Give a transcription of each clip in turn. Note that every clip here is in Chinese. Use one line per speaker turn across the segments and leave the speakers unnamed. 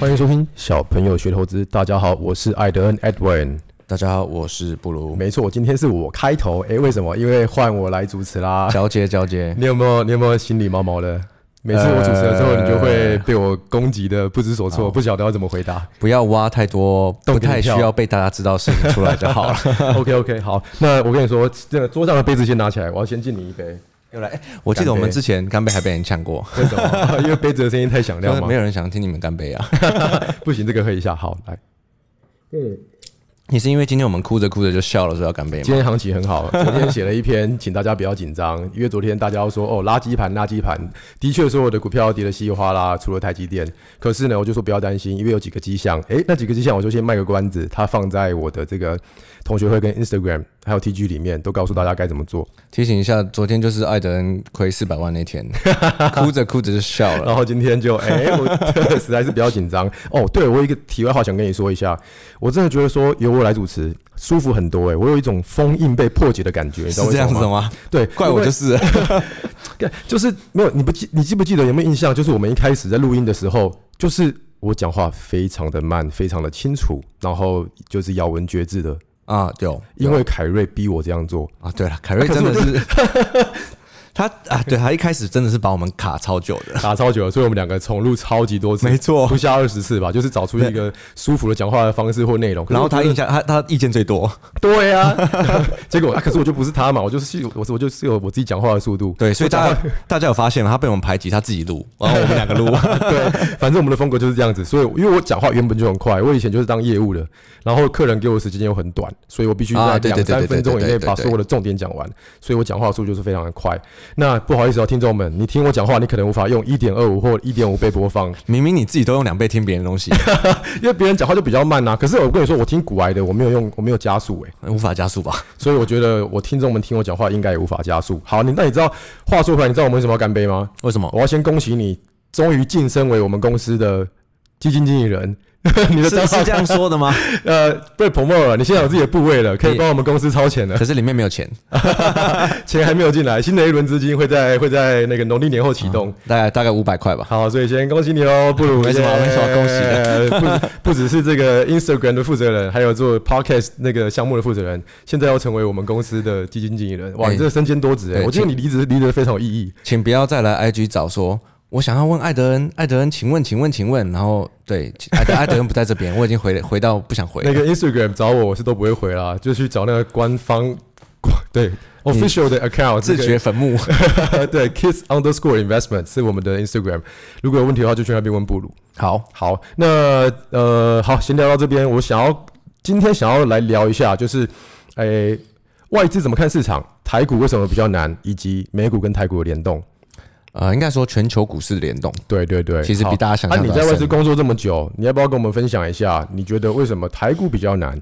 欢迎收听小朋友学投资。大家好，我是艾德恩 Edwin。
大家好，我是布鲁。
没错，今天是我开头。诶，为什么？因为换我来主持啦。
交接交接，
你有没有？你有没有心里毛毛的？每次我主持的时候，
呃
你就会被我攻击的不知所措，不晓得要怎么回答。
不要挖太多
洞
不
给你
太需
跳
要被大家知道的事情出来就 好了。
OK OK，好，那我跟你说，这个桌上的杯子先拿起来，我要先敬你一杯。
又来，哎我记得我
干
们
杯
之前干杯还被人呛过，
为什 么？因为杯子的声音太响
就
亮
是
吗
没？有人想听你们干杯啊。
不行，这个喝一下。好，来，
你是因为今天我们哭着哭着就笑了，所以要干杯
今
吗？
天行情很 好，昨天写了一篇，请大家不要紧张，因为昨天大家都说哦，垃圾盘，垃圾盘，的确所有的股票跌得稀里哗啦，除了台积电。可是呢，我就说不要担心，因为有几个迹象，诶，那几个迹象我就先卖个关子，它放在我的这个同学会跟 Instagram 还有 TG 里面，都告诉大家该怎么做。
提醒一下，昨天就是艾德恩亏四百万那 天，哭着哭着就笑了。
然后今天就哎、 我 实在是比较紧张哦。对我有一个题外话想跟你说一下，我真的觉得说由我来主持舒服很多哎、我有一种封印被破解的感觉，你知
是
道为
这
什
样
么
子
吗？
吗？
对，
怪我就是，
对，就是没有，你不记，你记不记得有没有印象？就是我们一开始在录音的时候，就是我讲话非常的慢，非常的清楚，然后就是咬文嚼字的，
啊，有，
因为凯瑞逼我这样做。
啊，对了，凯瑞真的 是他啊，对他一开始真的是把我们卡超久 的，
打超久了，所以我们两个重录超级多次，
没错
不下二十次吧，就是找出一个舒服的讲话的方式或内容。可是
然后
我
他印象他他意见最多，
对啊， 结果、啊、可是我就不是他嘛，我就是我是我就是有我自己讲话的速度，
对，所以大家 大家有发现吗？他被我们排挤，他自己录，然后我们两个录，
对，反正我们的风格就是这样子，所以因为我讲话原本就很快，我以前就是当业务的，然后客人给我的时间又很短，所以我必须在
啊对
两
对对
三
对对
分钟以
对
内
对对
把所有的重点讲完，所以我讲话速度就是非常的快。那不好意思哦，听众们，你听我讲话，你可能无法用一点二五或一点五倍播放，
明明你自己都用两倍听别人的东西，
因为别人讲话就比较慢呐、啊可是我跟你说，我听古癌的，我没有用，我没有加速诶、欸
无法加速吧？
所以我觉得我听众们听我讲话应该也无法加速。好，你那你知道，话说回来，你知道我们为什么要干杯吗？
为 什么？
我要先恭喜你，终于晋升为我们公司的基金经理人。 你的
是
账号
是这样说的吗？
呃，被 promote 了，你现在有自己的部位了，可以帮我们公司超前 了，
可是里面没有钱，
钱还没有进来，新的一轮资金会在会在那个农历年后启动。
大概大概五百块吧。
好，所以先恭喜你喽，布鲁！
嗯没什么
耶
没什么恭喜
不不只是这个 Instagram 的负责人，还有做 podcast 那个项目的负责人，现在要成为我们公司的基金经理人。哇，
哎
你这个身兼多职哎、
对
我觉得你离职离得非常有意义。
请不要再来 IG 找说，我想要问艾德恩，艾德恩，请问，请问，请问，然后对，请艾德艾德恩不在这边，我已经回回到不想回
那
了。
个 Instagram 找我，我是都不会回啦，就去找那个官方 官对 official 的 account，
自
这个
掘坟墓，
对 kids underscore investment 是我们的 Instagram，如果有问题的话就去那边问布鲁。
好，
好，那呃，好，先聊到这边。我想要今天想要来聊一下，就是诶、外资怎么看市场，台股为什么比较难，以及美股跟台股的联动。
呃，应该说全球股市的联动，
对对对，
其实
好
比大家想
啊，
象
你
的
在外资
深
工作这么久，你要不要跟我们分享一下，你觉得为什么台股比较难？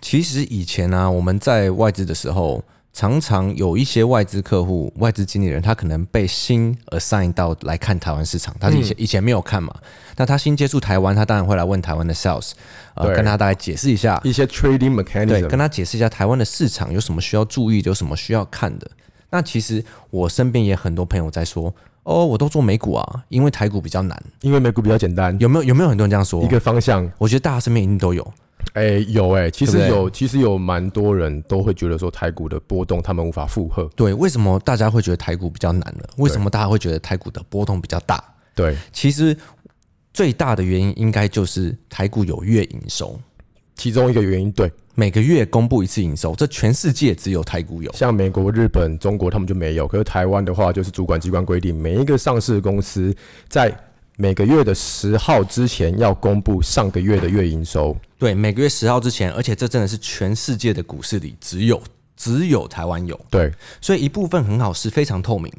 其实以前啊，我们在外资的时候，常常有一些外资客户、外资经理人，他可能被新 assign 到来看台湾市场，他以前、以前没有看嘛，
嗯
那他新接触台湾，他当然会来问台湾的 sales，呃，
对
跟他大概解释一下，
一些 trading
对，跟
mechanism，
他解释一下台湾的市场有什么需要注意的，有什么需要看的。那其实我身边也很多朋友在说，哦，我都做美股啊，因为台股比较难。
因为美股比较简单，
有没有有没有很多人这样说
一？个方向。
我觉得大家身边一定都有。
哦哎、有哎、其实
对不对
有，其实有蛮多人都会觉得说台股的波动他们无法负荷。
对，为什么大家会觉得台股比较难呢？为什么大家会觉得台股的波动比较大？
对，
其实最大的原因应该就是台股有月营收，
其中一个原因，对，
每个月公布一次营收，这全世界只有台股有。
像美国、日本、中国他们就没有，可是台湾的话，就是主管机关规定，每一个上市公司在每个月的十号之前要公布上个月的月营收。
对，每个月十号之前，而且这真的是全世界的股市里只有只有台湾有，
对，
所以一部分很好是非常透明，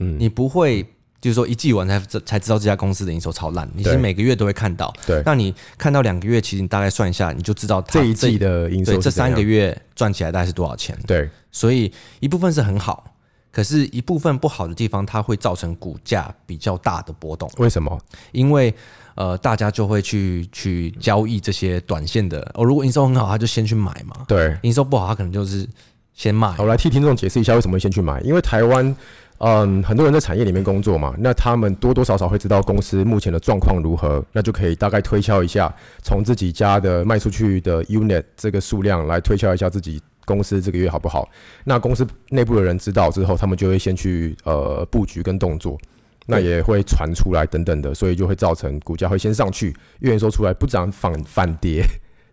嗯，你不会。就是说，一季完才知才知道这家公司的营收超烂，你是
对
每个月都会看到。
对
那你看到两个月，其实你大概算一下，你就知道它
这一季的营收
对
是
这三个
怎样，
月赚起来大概是多少钱。
对，
所以一部分是很好，可是一部分不好的地方，它会造成股价比较大的波动，
为什么？
因为呃，大家就会去去交易这些短线的哦。如果营收很好，他就先去买嘛；
对，
营收不好，他可能就是先卖
好。我来替听众解释一下为什么会先去买，因为台湾嗯，很多人在产业里面工作嘛，那他们多多少少会知道公司目前的状况如何，那就可以大概推敲一下，从自己家的卖出去的 unit 这个数量来推敲一下自己公司这个月好不好。那公司内部的人知道之后，他们就会先去呃布局跟动作，那也会传出来等等的，所以就会造成股价会先上去，预言说出来不涨反反跌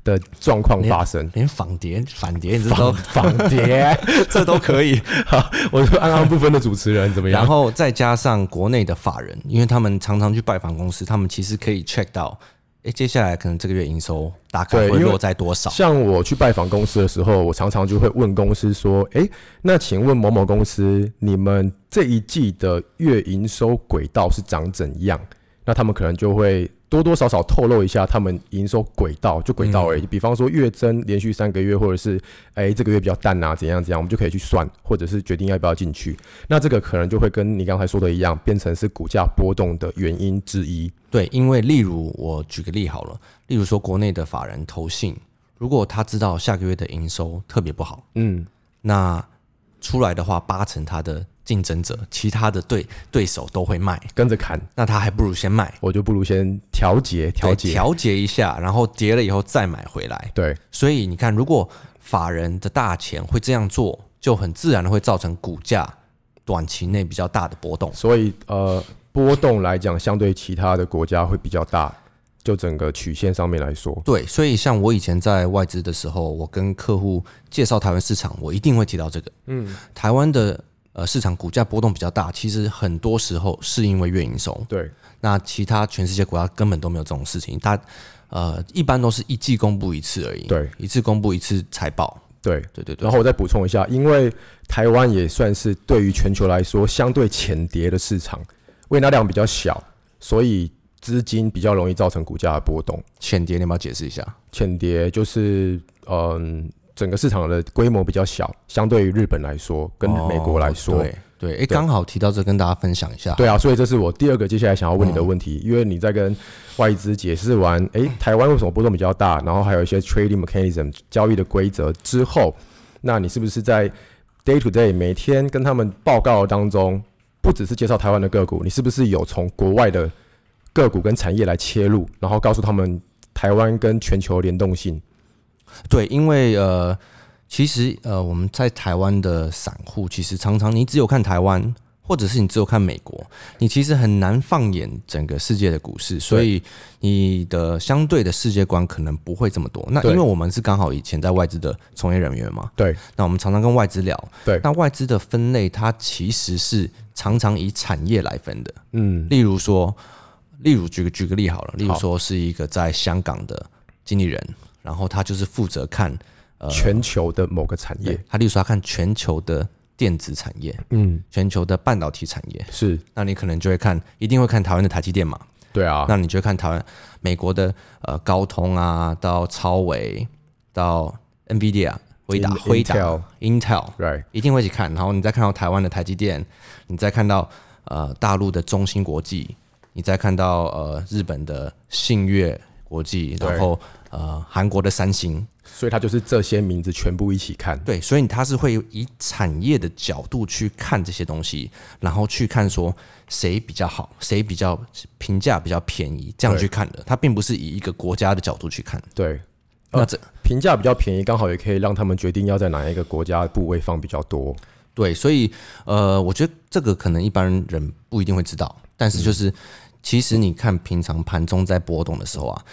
的状况发生。
连反跌反跌，你知道
反跌，
这都 可以。
我是安安不分的主持人，怎么
然
样？
后再加上国内的法人，因为他们常常去拜访公司，他们其实可以 check 到，哎，接下来可能这个月营收大概
对
会
因为
落在多少？
像我去拜访公司的时候，我常常就会问公司说：“诶，那请问某某公司，你们这一季的月营收轨道是长怎样？”那他们可能就会多多少少透露一下他们营收轨道，就轨道而已。
嗯
比方说月增连续三个月，或者是诶这个月比较淡啊，怎样怎样，我们就可以去算，或者是决定要不要进去。那这个可能就会跟你刚才说的一样，变成是股价波动的原因之一。
对，因为例如我举个例好了，例如说国内的法人投信，如果他知道下个月的营收特别不好，
嗯，
那出来的话，八成他的竞争者，其他的对对手都会卖，
跟着砍。
那他还不如先卖，
我就不如先调节调
对
节。
调节一下，然后跌了以后再买回来。
对，
所以你看，如果法人的大钱会这样做，就很自然的会造成股价短期内比较大的波动。
所以呃，波动来讲，相对其他的国家会比较大，就整个曲线上面来说，
对，所以像我以前在外资的时候，我跟客户介绍台湾市场，我一定会提到这个。嗯，台湾的呃市场股价波动比较大，其实很多时候是因为月营收。
对，
那其他全世界国家根本都没有这种事情，它呃一般都是一季公布一次而已，
对，
一次公布一次财报，
对。
对对对
然，后我再补充一下，因为台湾也算是对于全球来说相对浅碟的市场，为纳量比较小，所以资金比较容易造成股价的波动。
浅碟你要不要解释一下？
浅碟就是嗯，整个市场的规模比较小，相对于日本来说，跟美国来说，
哦对对，哎，刚好提到这，跟大家分享一下。
对啊，所以这是我第二个接下来想要问你的问题，因为你在跟外资解释完，诶，台湾为什么波动比较大，然后还有一些 trading mechanism 交易的规则之后，那你是不是在 day to day 每天跟他们报告当中，不只是介绍台湾的个股，你是不是有从国外的个股跟产业来切入，然后告诉他们台湾跟全球联动性？
对，因为呃，其实呃，我们在台湾的散户，其实常常你只有看台湾，或者是你只有看美国，你其实很难放眼整个世界的股市，所以你的相对的世界观可能不会这么多。那因
对
为我们是刚好以前在外资的从业人员嘛，
对
那我们常常跟外资聊，
对
那外资的分类它其实是常常以产业来分的，
嗯，
例如说，例如举个举个例好了，例如
好
说是一个在香港的经理人，然后他就是负责看呃，
全球的某个产业
对，他例如说他看全球的电子产业、
嗯，
全球的半导体产业，
是
那你可能就会看，一定会看台湾的台积电嘛，
对啊，
那你就会看台湾、美国的呃高通啊，到超微，到 NVIDIA、辉达、
In-
辉达
Intel、
Intel，
right，
一定会一起看。然后你再看到台湾的台积电，你再看到呃大陆的中芯国际，你再看到呃日本的信越国际，
对
然后呃韩国的三星，
所以它就是这些名字全部一起看。
对，所以它是会以产业的角度去看这些东西，然后去看说谁比较好，谁比较评价比较便宜，这样
对
去看的。它并不是以一个国家的角度去看。
对，呃
那这
评价比较便宜，刚好也可以让他们决定要在哪一个国家部位放比较多。
对，所以呃，我觉得这个可能一般人不一定会知道，但
嗯
是就是、其实你看平常盘中在波动的时候啊，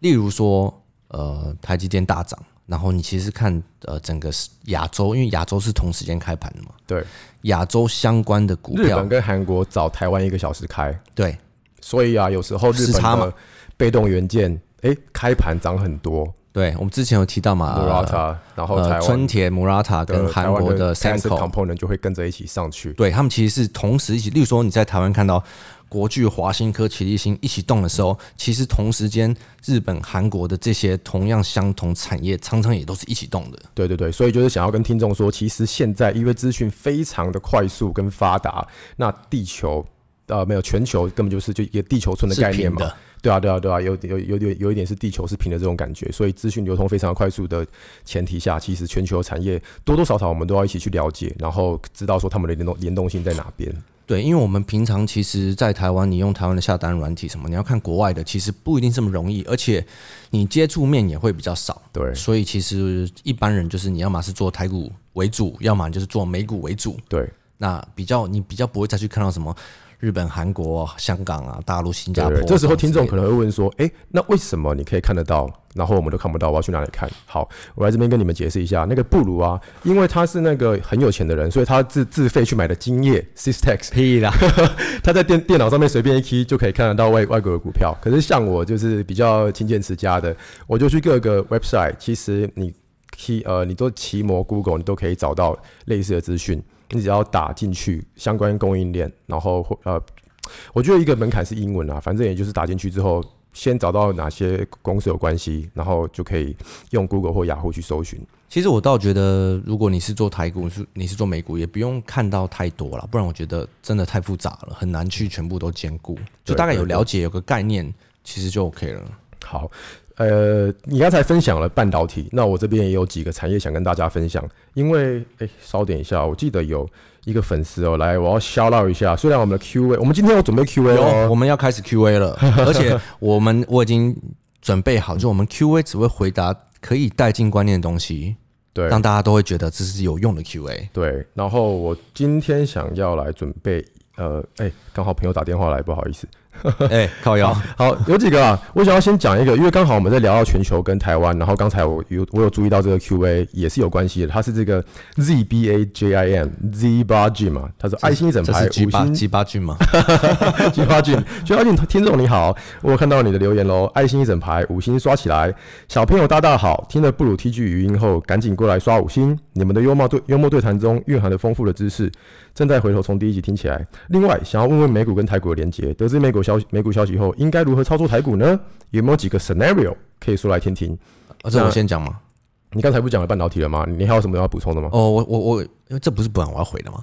例如说呃台积电大涨，然后你其实看呃整个亚洲，因为亚洲是同时间开盘的嘛，
对，
亚洲相关的股
日
票
本跟韩国早台湾一个小时开，
对
所以啊，有时候日
时
本
差嘛
的被动元件，诶，开盘涨很多
对，我们之前有提到嘛，呃
，Murata，然后台
呃春
湾
田 Murata
的呃
跟
台
韩
湾
国
的
的
c a n c e
Senco，
Component 就会跟着一起上去。
对他们其实是同时一起，例如说你在台湾看到国巨、华新科、奇力新一起动的时候，其实同时间日本、韩国的这些同样相同产业，常常也都是一起动的。
对对对，所以就是想要跟听众说，其实现在因为资讯非常的快速跟发达，那地球呃没有全球根本就是就一个地球村的
是
概念
平
嘛，
的，
对啊，对啊，对啊，有有有点有一点是地球是平的这种感觉，所以资讯流通非常快速的前提下，其实全球产业多多少少我们都要一起去了解，然后知道说他们的联动联动性在哪边。
对，因为我们平常其实，在台湾，你用台湾的下单软体什么，你要看国外的，其实不一定这么容易，而且你接触面也会比较少。
对
所以其实一般人就是你要么是做台股为主，要么就是做美股为主。
对
那比较你比较不会再去看到什么日本、韩国、香港啊、大陆、新
对
加坡
对，这时候听众
之
可
类的
能会问说，诶，那为什么你可以看得到，然后我们都看不到？我要去哪里看？好，我来这边跟你们解释一下，那个布鲁啊，因为他是那个很有钱的人，所以他自自费去买的金叶 Systex，
屁啦，
他在电电脑上面随便一 key 就可以看得到外外国的股票。可是像我就是比较勤俭持家的，我就去各个 website，其实你 key 呃，你都奇摩、Google，你都可以找到类似的资讯。你只要打进去相关供应链，然后或呃，我觉得一个门槛是英文啊，反正也就是打进去之后，先找到哪些公司有关系，然后就可以用 Google 或雅虎去搜寻。
其实我倒觉得，如果你是做台股，是你是做美股，也不用看到太多了，不然我觉得真的太复杂了，很难去全部都兼顾。就
对
大概有
对对
了解，有个概念，其实就 OK 了。
好，呃，你刚才分享了半导体，那我这边也有几个产业想跟大家分享。因为，哎，稍等一下，我记得有一个粉丝哦，来，我要 shout out 一下。虽然我们的 Q&A，我们今天有准备 Q&A
有，我
哦，
们要开始 Q&A 了，而且我们我已经准备好，就我们 Q&A 只会回答可以带进观念的东西，
对
让大家都会觉得这是有用 的 Q&A。
对。然后我今天想要来准备，呃，哎，刚好朋友打电话来，不好意思。
哎、靠腰，
好，有几个啊，我想要先讲一个，因为刚好我们在聊到全球跟台湾，然后刚才我有我有注意到这个 Q&A 也是有关系的，它是这个 Z B A J I M Z 八 G 嘛，它是爱心一整
这
排
是 G
五
八
星
G 八 G 吗？
菊花俊，菊花俊听众你好，我有看到你的留言喽，爱心一整排，五星刷起来。小朋友大大好，听了布鲁 T G 语音后，赶紧过来刷五星。你们的幽默对幽默对谈中蕴含了丰富的知识，正在回头从第一集听起来。另外，想要问问美股跟台股的连结，得知美股消息美股消息后，应该如何操作台股呢？有没有几个 scenario 可以说来听听？
啊、这我先讲吗？
你刚才不讲了半导体了吗？你还有什么要补充的吗？
哦，我我我，因为这不是本来我要回 的吗？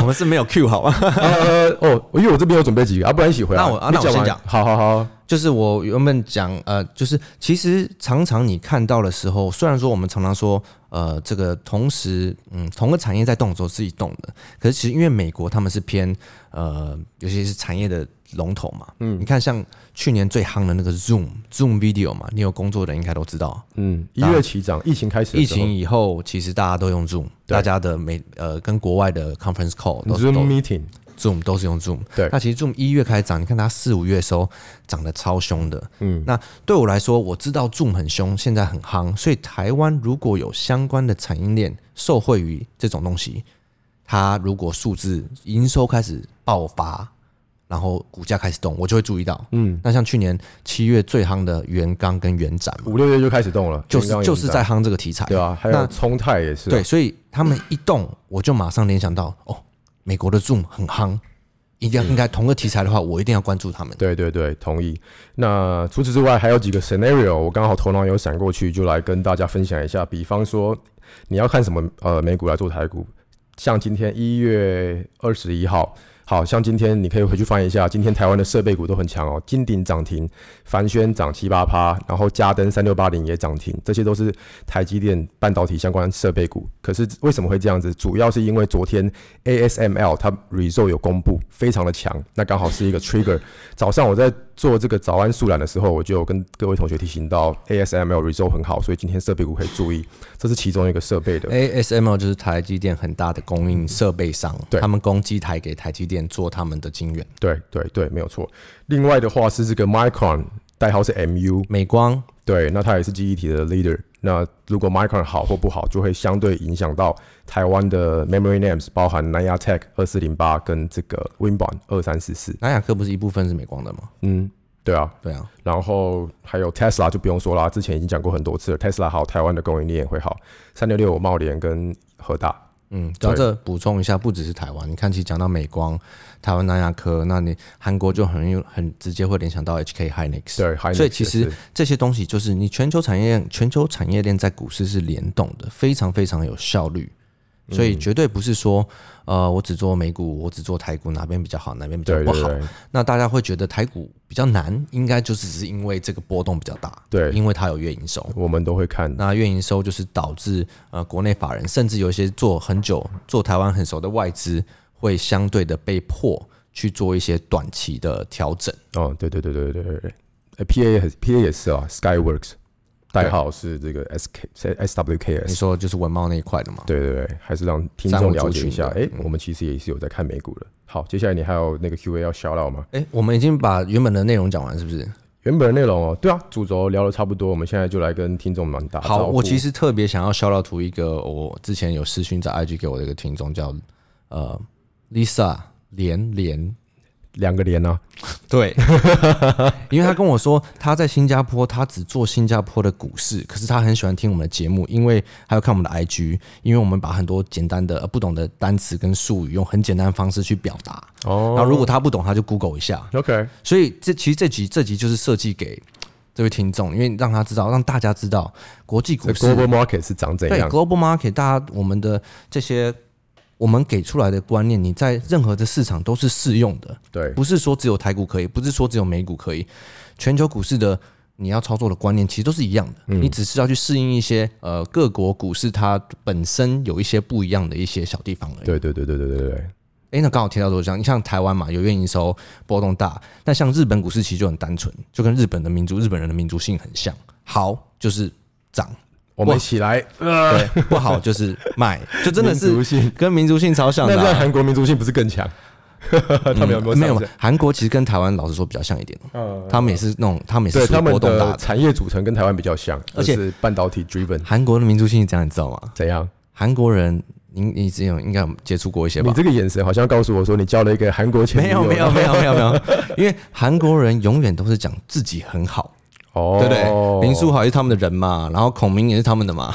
我们是没有 Q 好啊吗？
呃哦，因为我这边有准备几个，啊，不然一起回来。
那我啊
你
那我先
完
讲
好好好，
就是我原本讲，呃，就是其实常常你看到的时候，虽然说我们常常说，呃，这个同时，嗯，同个产业在动的时候自己动的，可是其实因为美国他们是偏，呃，尤其是产业的龙头嘛，嗯，你看像去年最夯的那个 Zoom Zoom Video 嘛，你有工作的人应该都知道，
嗯，一月起涨，疫情开始的
疫
时候，
情以后其实大家都用 Zoom，
对
大家的美呃跟国外的 conference call 都是
Zoom
都
meeting。
Zoom 都是用 Zoom。
对
那其实 Zoom 一月开始涨，你看它四五月的时候涨得超凶的。嗯，那对我来说，我知道 Zoom 很凶，现在很夯，所以台湾如果有相关的产业链受惠于这种东西，它如果数字营收开始爆发，然后股价开始动，我就会注意到。嗯，那像去年七月最夯的元刚跟元展嘛，
五六月就开始动了，
就是
刚刚有
就是在夯这个题材。
对啊，还有
那
冲泰也是啊、
对，所以他们一动，我就马上联想到，哦，美国的 Zoom 很夯，一定要应该同个题材的话，我一定要关注他们。
对对对，同意。那除此之外，还有几个 scenario，我刚好头脑有闪过去，就来跟大家分享一下。比方说，你要看什么呃美股来做台股，像今天一月二十一号，好像今天你可以回去翻一下，今天台湾的设备股都很强哦，金鼎涨停，凡轩涨七八趴，然后嘉登三六八零也涨停，这些都是台积电半导体相关设备股。可是为什么会这样子？主要是因为昨天 ASML 它 result 有公布，非常的强，那刚好是一个 trigger。早上我在做这个早安速览的时候，我就有跟各位同学提醒到 ASML result 很好，所以今天设备股可以注意，这是其中一个设备的。
ASML 就是台积电很大的供应设备商，
对
他们供机台给台积电做他们的晶圆。
对对对，没有错。另外的话是这个 Micron，代号是 MU，
美光
对，那它也是记忆体的 leader。那如果 Micron 好或不好，就会相对影响到台湾的 memory names，包含南亚 Tech 二四零八跟这个 Winbon 二三四四。
南亚科不是一部分是美光的吗？
嗯，对啊，
对啊，
然后还有 Tesla 就不用说啦，之前已经讲过很多次了。Tesla 好，台湾的供应链也会好。三六六茂联跟和大，
嗯，讲到这补充一下，不只是台湾，你看，其实讲到美光、台湾南亚科，那你韩国就很有很直接会联想到 HK Hynix。
对，还有
所以其
也
实
是
这些东西就是你全球产业链，全球产业链在股市是联动的，非常非常有效率。
嗯
所以绝对不是说，呃，我只做美股，我只做台股，哪边比较好，哪边比较
对
不
对
好。
对
那大家会觉得台股比较难，应该就是只是因为这个波动比较大，
对
因为它有月营收。
我们都会看。
那月营收就是导致呃国内法人，甚至有一些做很久、做台湾很熟的外资，会相对的被迫去做一些短期的调整。
哦，对对对对对对对。哎，P A 也 P A 也是啊，Skyworks 代号是这个 S K S W K
你
S。
说就是文茂那一块的嘛？
对对对，还是让听
商
众
务
了
族
解一
群
下。
的嗯
哎，我们其实也是有在看美股的。好，接下来你还有那个 Q A 要 shout out 吗？
哎、我们已经把原本的内容讲完，是不是？
原本的内容哦，对啊，主轴聊的差不多，我们现在就来跟听众们打
好，
招呼
我其实特别想要 shout out to 一个我之前有私讯在 IG 给我的一个听众叫呃 Lisa 连连，
两个连啊，
对， 因为他跟我说他在新加坡，他只做新加坡的股市，可是他很喜欢听我们的节目，因为还有看我们的 IG，因为我们把很多简单的、呃、不懂的单词跟术语用很简单的方式去表达。
哦
然后如果他不懂，他就 Google 一下。
，OK，
所以这其实这集这集就是设计给这位听众，因为让他知道，让大家知道国际
这
股市
呃 global market 是长怎
对
样？
global market，大家我们的这些我们给出来的观念，你在任何的市场都是适用的，
对，
不是说只有台股可以，不是说只有美股可以，全球股市的你要操作的观念其实都是一样的，
嗯
你只是要去适应一些呃各国股市它本身有一些不一样的一些小地方而已。
对对对对对对对对，
哎、那刚好提到多像，你像台湾嘛，有月营收波动大，那像日本股市其实就很单纯，就跟日本的民族、日本人的民族性很像，好就是涨。
我们一起来，
对，不好就是卖，就呃真的
民族
是
性
跟民族性超像
那
的
这样
啊、
韩国民族性不是更强？他们有没有
嗯没
上
有嘛
线？？
韩国其实跟台湾老实说比较像一点，哦
嗯，
他们也是那种，他们也
对
是属于
他们
波动大
的
的。
产业组成跟台湾比较像，
而且
就是半导体 driven
韩国的民族性是这样，你知道吗？
怎样？
韩国人，你你之前有应该有接触过一些
你
吧？
这个眼神好像告诉我说你交了一个韩国前女
没有
友，
没有没有没有没有，因为韩国人永远都是讲自己很好，
哦，
对不对？林书豪也是他们的人嘛，然后孔明也是他们的嘛，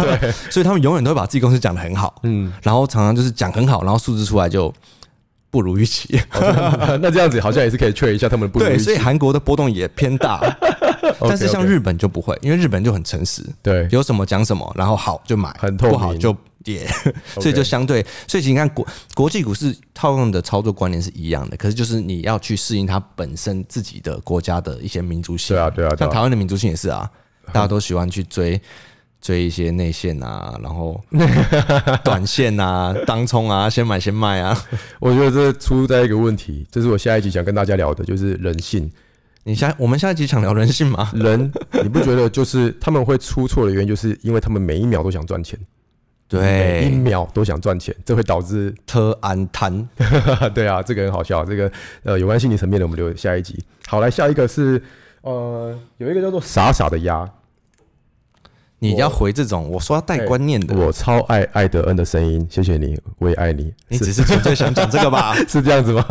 所以他们永远都会把自己公司讲得很好，嗯，然后常常就是讲很好，然后数字出来就不如预期，
那这样子好像也是可以确认一下他们的不如
对，
意
所以韩国的波动也偏大，但是像
OK，OK
日本就不会，因为日本就很诚实，
对
有什么讲什么，然后好就买，
很透明
不好就跌，所以就相对，所以其实你看国国际股市套用的操作观念是一样的，可是就是你要去适应它本身自己的国家的一些民族性，
对啊对啊对嗯
像台
啊，
湾的民族性也是啊，大家都喜欢去追。追一些内线啊，然后 短线啊，当冲啊，先买先卖啊。
我觉得这出在一个问题，这是我下一集想跟大家聊的，就是人 性。
你下我们下一集想聊人性吗？
人，你不觉得就是他们会出错的原因，就是因为他们每一秒都想 赚钱，每一
对，
秒都想赚钱，这会导致
特安滩
对啊，这个很好笑。这个呃，有关心理层面的，我们留下一集。好，来下一个是呃，有一个叫做傻傻的鸭，
你要回这种，我说要带观念的，
我超爱艾德恩的声音，谢谢你，我也爱你，
你
是
只是纯粹想讲这 个吧？
是这样子吗？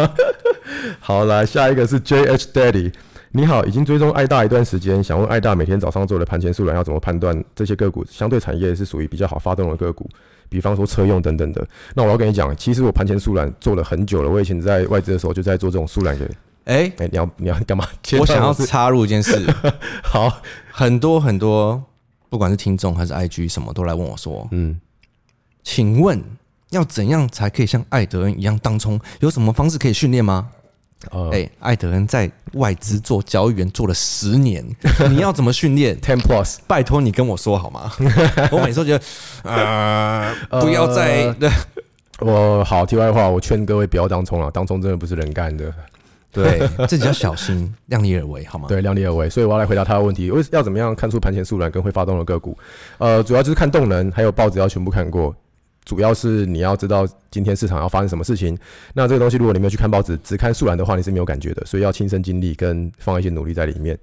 好，来下一个是 J H Daddy。你好，已经追踪爱大一段时间，想问爱大每天早上做的盘前速览要怎么判断这些个股相对产业是属于比较好发动的个股，比方说车用等等的。那我要跟你讲，其实我盘前速览做了很久了，我以前在外资的时候就在做这种速览给。
哎、
哎、你要你要干 嘛？
我想要
是
插入一件事，
好，
很多很多，不管是听众还是 IG，什么都来问我说，
嗯，
请问要怎样才可以像艾德恩一样当冲？有什么方式可以训练吗？
呃、
哎、艾德恩在外资做交易员做了十年， 你要怎么训练？
t e n Plus，
拜托你跟我说好吗？我每次都觉得，呃，不要再、
我好，题外话，我劝各位不要当冲啊了，当冲真的不是人干的，
对， 自己要小心，量力而为，好吗？
对，量力而为。所以我要来回答他的问题，为要怎么样看出盘前速览跟会发动的个股？呃，主要就是看动能，还有报纸要全部看过。主要是你要知道今天市场要发生什么事情。那这个东西，如果你没有去看报纸，只看速览的话，你是没有感觉的。所以要亲身经历跟放一些努力在里面。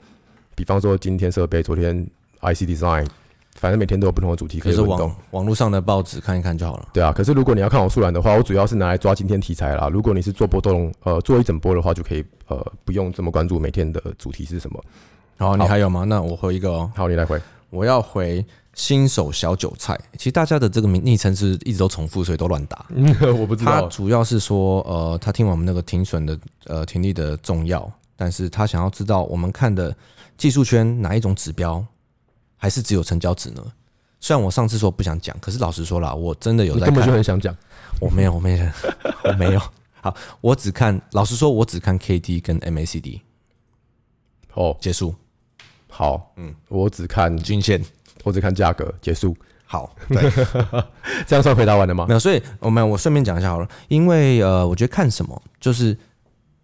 比方说今天设备，昨天 IC design，反正每天都有不同的主题可
可
以
是
轮动
网。网络上的报纸看一看就好了。
对啊，可是如果你要看我素兰的话，我主要是拿来抓今天题材啦。如果你是做波动，呃，做一整波的话，就可以呃不用这么关注每天的主题是什么。
好，你
好
还有吗？那我回一个哦，
好，你来回。
我要回新手小韭菜。其实大家的这个名昵称是一直都重复，所以都乱打。
嗯， 我不知
他
道。
主要是说，呃，他听完我们那个停损的呃停利的重要，但是他想要知道我们看的技术圈哪一种指标，还是只有成交值呢？虽然我上次说不想讲，可是老实说啦，我真的有
你
在
根本就
看。
很想讲。
我没有，我没有，我没有。好，我只看，老实说，我只看 KD 跟 MACD
哦，
结束
好，嗯，我只看
均线。
我只看价格结束，
好，对，
这样算回答完了吗
没？有，所以我们我顺便讲一下好了，因为呃，我觉得看什么就是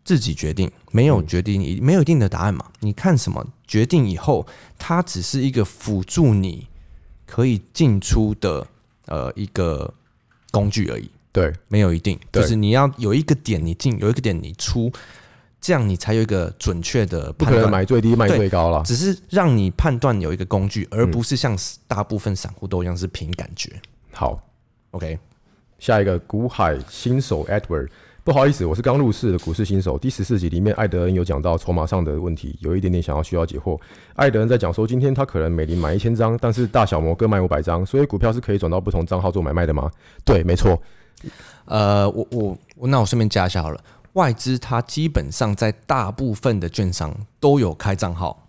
自己决定，
嗯
没有决定一、没有一定的答案嘛。你看什么决定以后，它只是一个辅助你可以进出的呃一个工具而已。
对，
没有一定，
对
就是你要有一个点你进，有一个点你出，这样你才有一个准确的
不
判
可能
断。
买最低卖
对
最高啦。
只是让你判断有一个工具，
嗯
而不是像大部分散户都一样是凭感觉。
好，
OK，
下一个股海新手 Edward，不好意思，我是刚入市的股市新手。第十四集里面，艾德恩有讲到筹码上的问题，有一点点想要需要解惑。艾德恩在讲说，今天他可能每零买一千张，但是大小摩各卖五百张，所以股票是可以转到不同账号做买卖的吗？对，没错，
呃，我我我，那我顺便加一下好了，外资它基本上在大部分的券商都有开账号，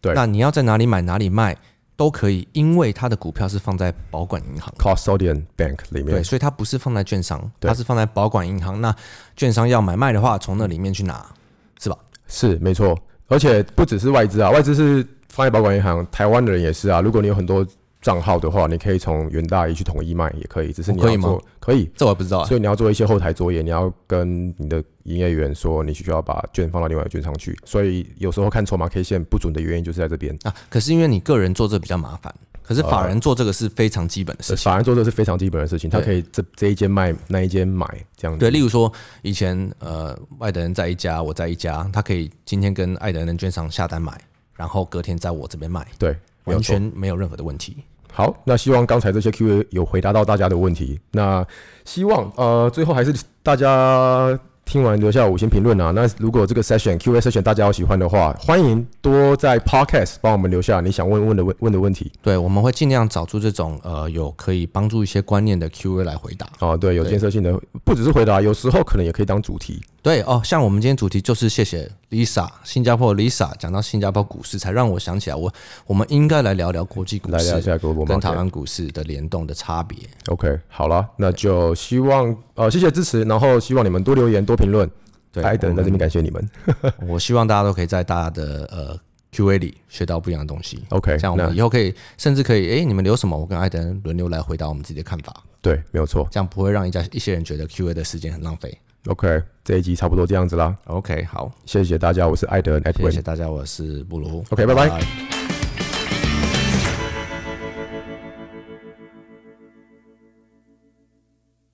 对
那你要在哪里买哪里卖都可以，因为它的股票是放在保管银行。
，Custodian Bank 里面
对，，所以它不是放在券商，
对
它是放在保管银行。那券商要买卖的话，从那里面去拿，是吧？
是没错，而且不只是外资啊，外资是放在保管银行，台湾的人也是啊。如果你有很多账号的话，你可以从元大一去统一卖也可以，只是你
哦我可以
要
吗
做可以，
这我也不知道、啊。
所以你要做一些后台作业，你要跟你的营业员说，你需要把券放到另外一个券上去。所以有时候看筹码 K 线不准的原因就是在这边。
啊，可是因为你个人做这比较麻烦，可是法人做这个是非常基本的事情。
法人呃做这是非常基本的事情，他
对
可以这这一间卖，那一间买这样子。
对，例如说以前呃，爱德人在一家，我在一家，他可以今天跟爱德人券商下单买，然后隔天在我这边卖，
对，没有
完
错
全没有任何的问题。
好，那希望刚才这些 Q&A 有回答到大家的问题。那希望呃，最后还是大家听完留下五星评论啊。那如果这个 session Q&A session 大家有喜欢的话，欢迎多在 Podcast 帮我们留下你想问问的问问的问题
对，我们会尽量找出这种呃有可以帮助一些观念的 Q&A 来回答。
啊。对，有建设性的，不只是回答，有时候可能也可以当主题。
对哦，像我们今天主题就是谢谢 Lisa，新加坡的 Lisa 讲到新加坡股市，才让我想起来我我们应该来聊聊国际股
来聊一
市
下 global
跟
market
台湾股市的联动的差别。
OK，好了，那就希望呃，谢谢支持，然后希望你们多留言、多评论。哎
对，
艾德在这边感谢你们。
我我希望大家都可以在大家的呃 Q&A 里学到不一样的东西。
OK，
像我
那
们以后可以，甚至可以，哎、你们留什么，我跟艾登轮流来回答我们自己的看法，
对，没有错。
这样不会让一家一些人觉得 Q&A 的时间很浪费。
OK，这一集差不多这样子啦，
OK，好，
谢谢大家，我是艾德 Edwin
谢。谢大家，我是布鲁，
OK，拜拜
拜